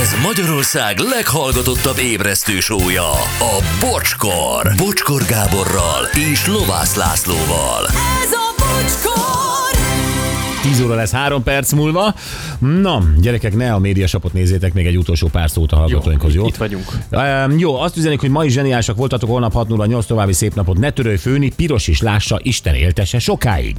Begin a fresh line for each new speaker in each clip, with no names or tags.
Ez Magyarország leghallgatottabb ébresztő sója, a Bocskor. Bocskor Gáborral és Lovász Lászlóval.
Ez a bocskor!
10 óra lesz 3 perc múlva. Na, gyerekek, ne a médiasapot nézzétek, még egy utolsó pár szót a hallgatóinkhoz, jó?
itt vagyunk.
Um, jó, azt üzenik, hogy ma is zseniásak voltatok, holnap 6 0 8 további szép napot, ne törölj főni, piros is lássa, Isten éltesse sokáig.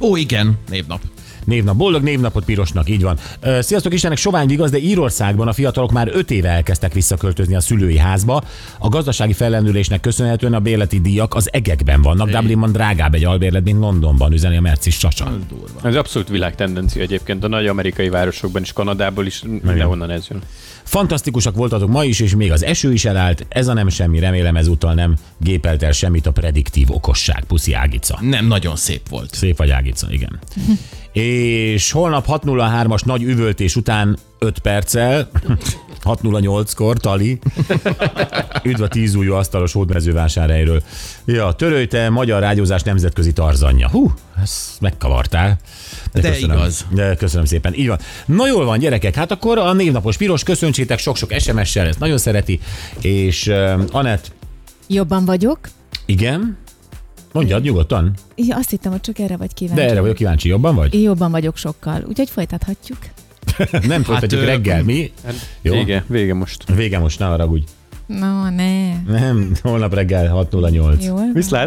Ó, igen, névnap.
Névnap boldog, névnapot pirosnak, így van. Ö, Sziasztok Istennek, sovány igaz, de Írországban a fiatalok már 5 éve elkezdtek visszaköltözni a szülői házba. A gazdasági fellendülésnek köszönhetően a bérleti díjak az egekben vannak. Dublinban drágább egy albérlet, mint Londonban, üzeni a Mercis Csacsa.
Ez abszolút világtendencia egyébként. A nagy amerikai városokban is, Kanadából is mindenhonnan ez jön.
Fantasztikusak voltatok ma is, és még az eső is elállt. Ez a nem semmi, remélem ezúttal nem gépelt el semmit a prediktív okosság. Puszi Ágica.
Nem nagyon szép volt.
Szép vagy Ágica, igen. és holnap 6.03-as nagy üvöltés után 5 perccel, 6.08-kor, Tali, üdv a tízújú asztalos hódmezővásárhelyről. Ja, törölte magyar rágyózás nemzetközi tarzanja. Hú, ezt megkavartál.
De igaz.
De köszönöm szépen. Így van. Na jól van, gyerekek, hát akkor a névnapos piros, köszöntsétek sok-sok SMS-sel, ezt nagyon szereti, és uh, Anett,
Jobban vagyok.
igen, mondjad nyugodtan,
Ja, azt hittem, hogy csak erre vagy kíváncsi.
de erre vagyok kíváncsi, jobban vagy?
Én jobban vagyok sokkal, úgyhogy folytathatjuk.
Nem folytatjuk
ö,
reggel, mi? Jó.
Vége, vége most.
Vége most, ne haragudj.
Na, ne.
Nem, holnap reggel 6.08.
Jól?
Viszlát!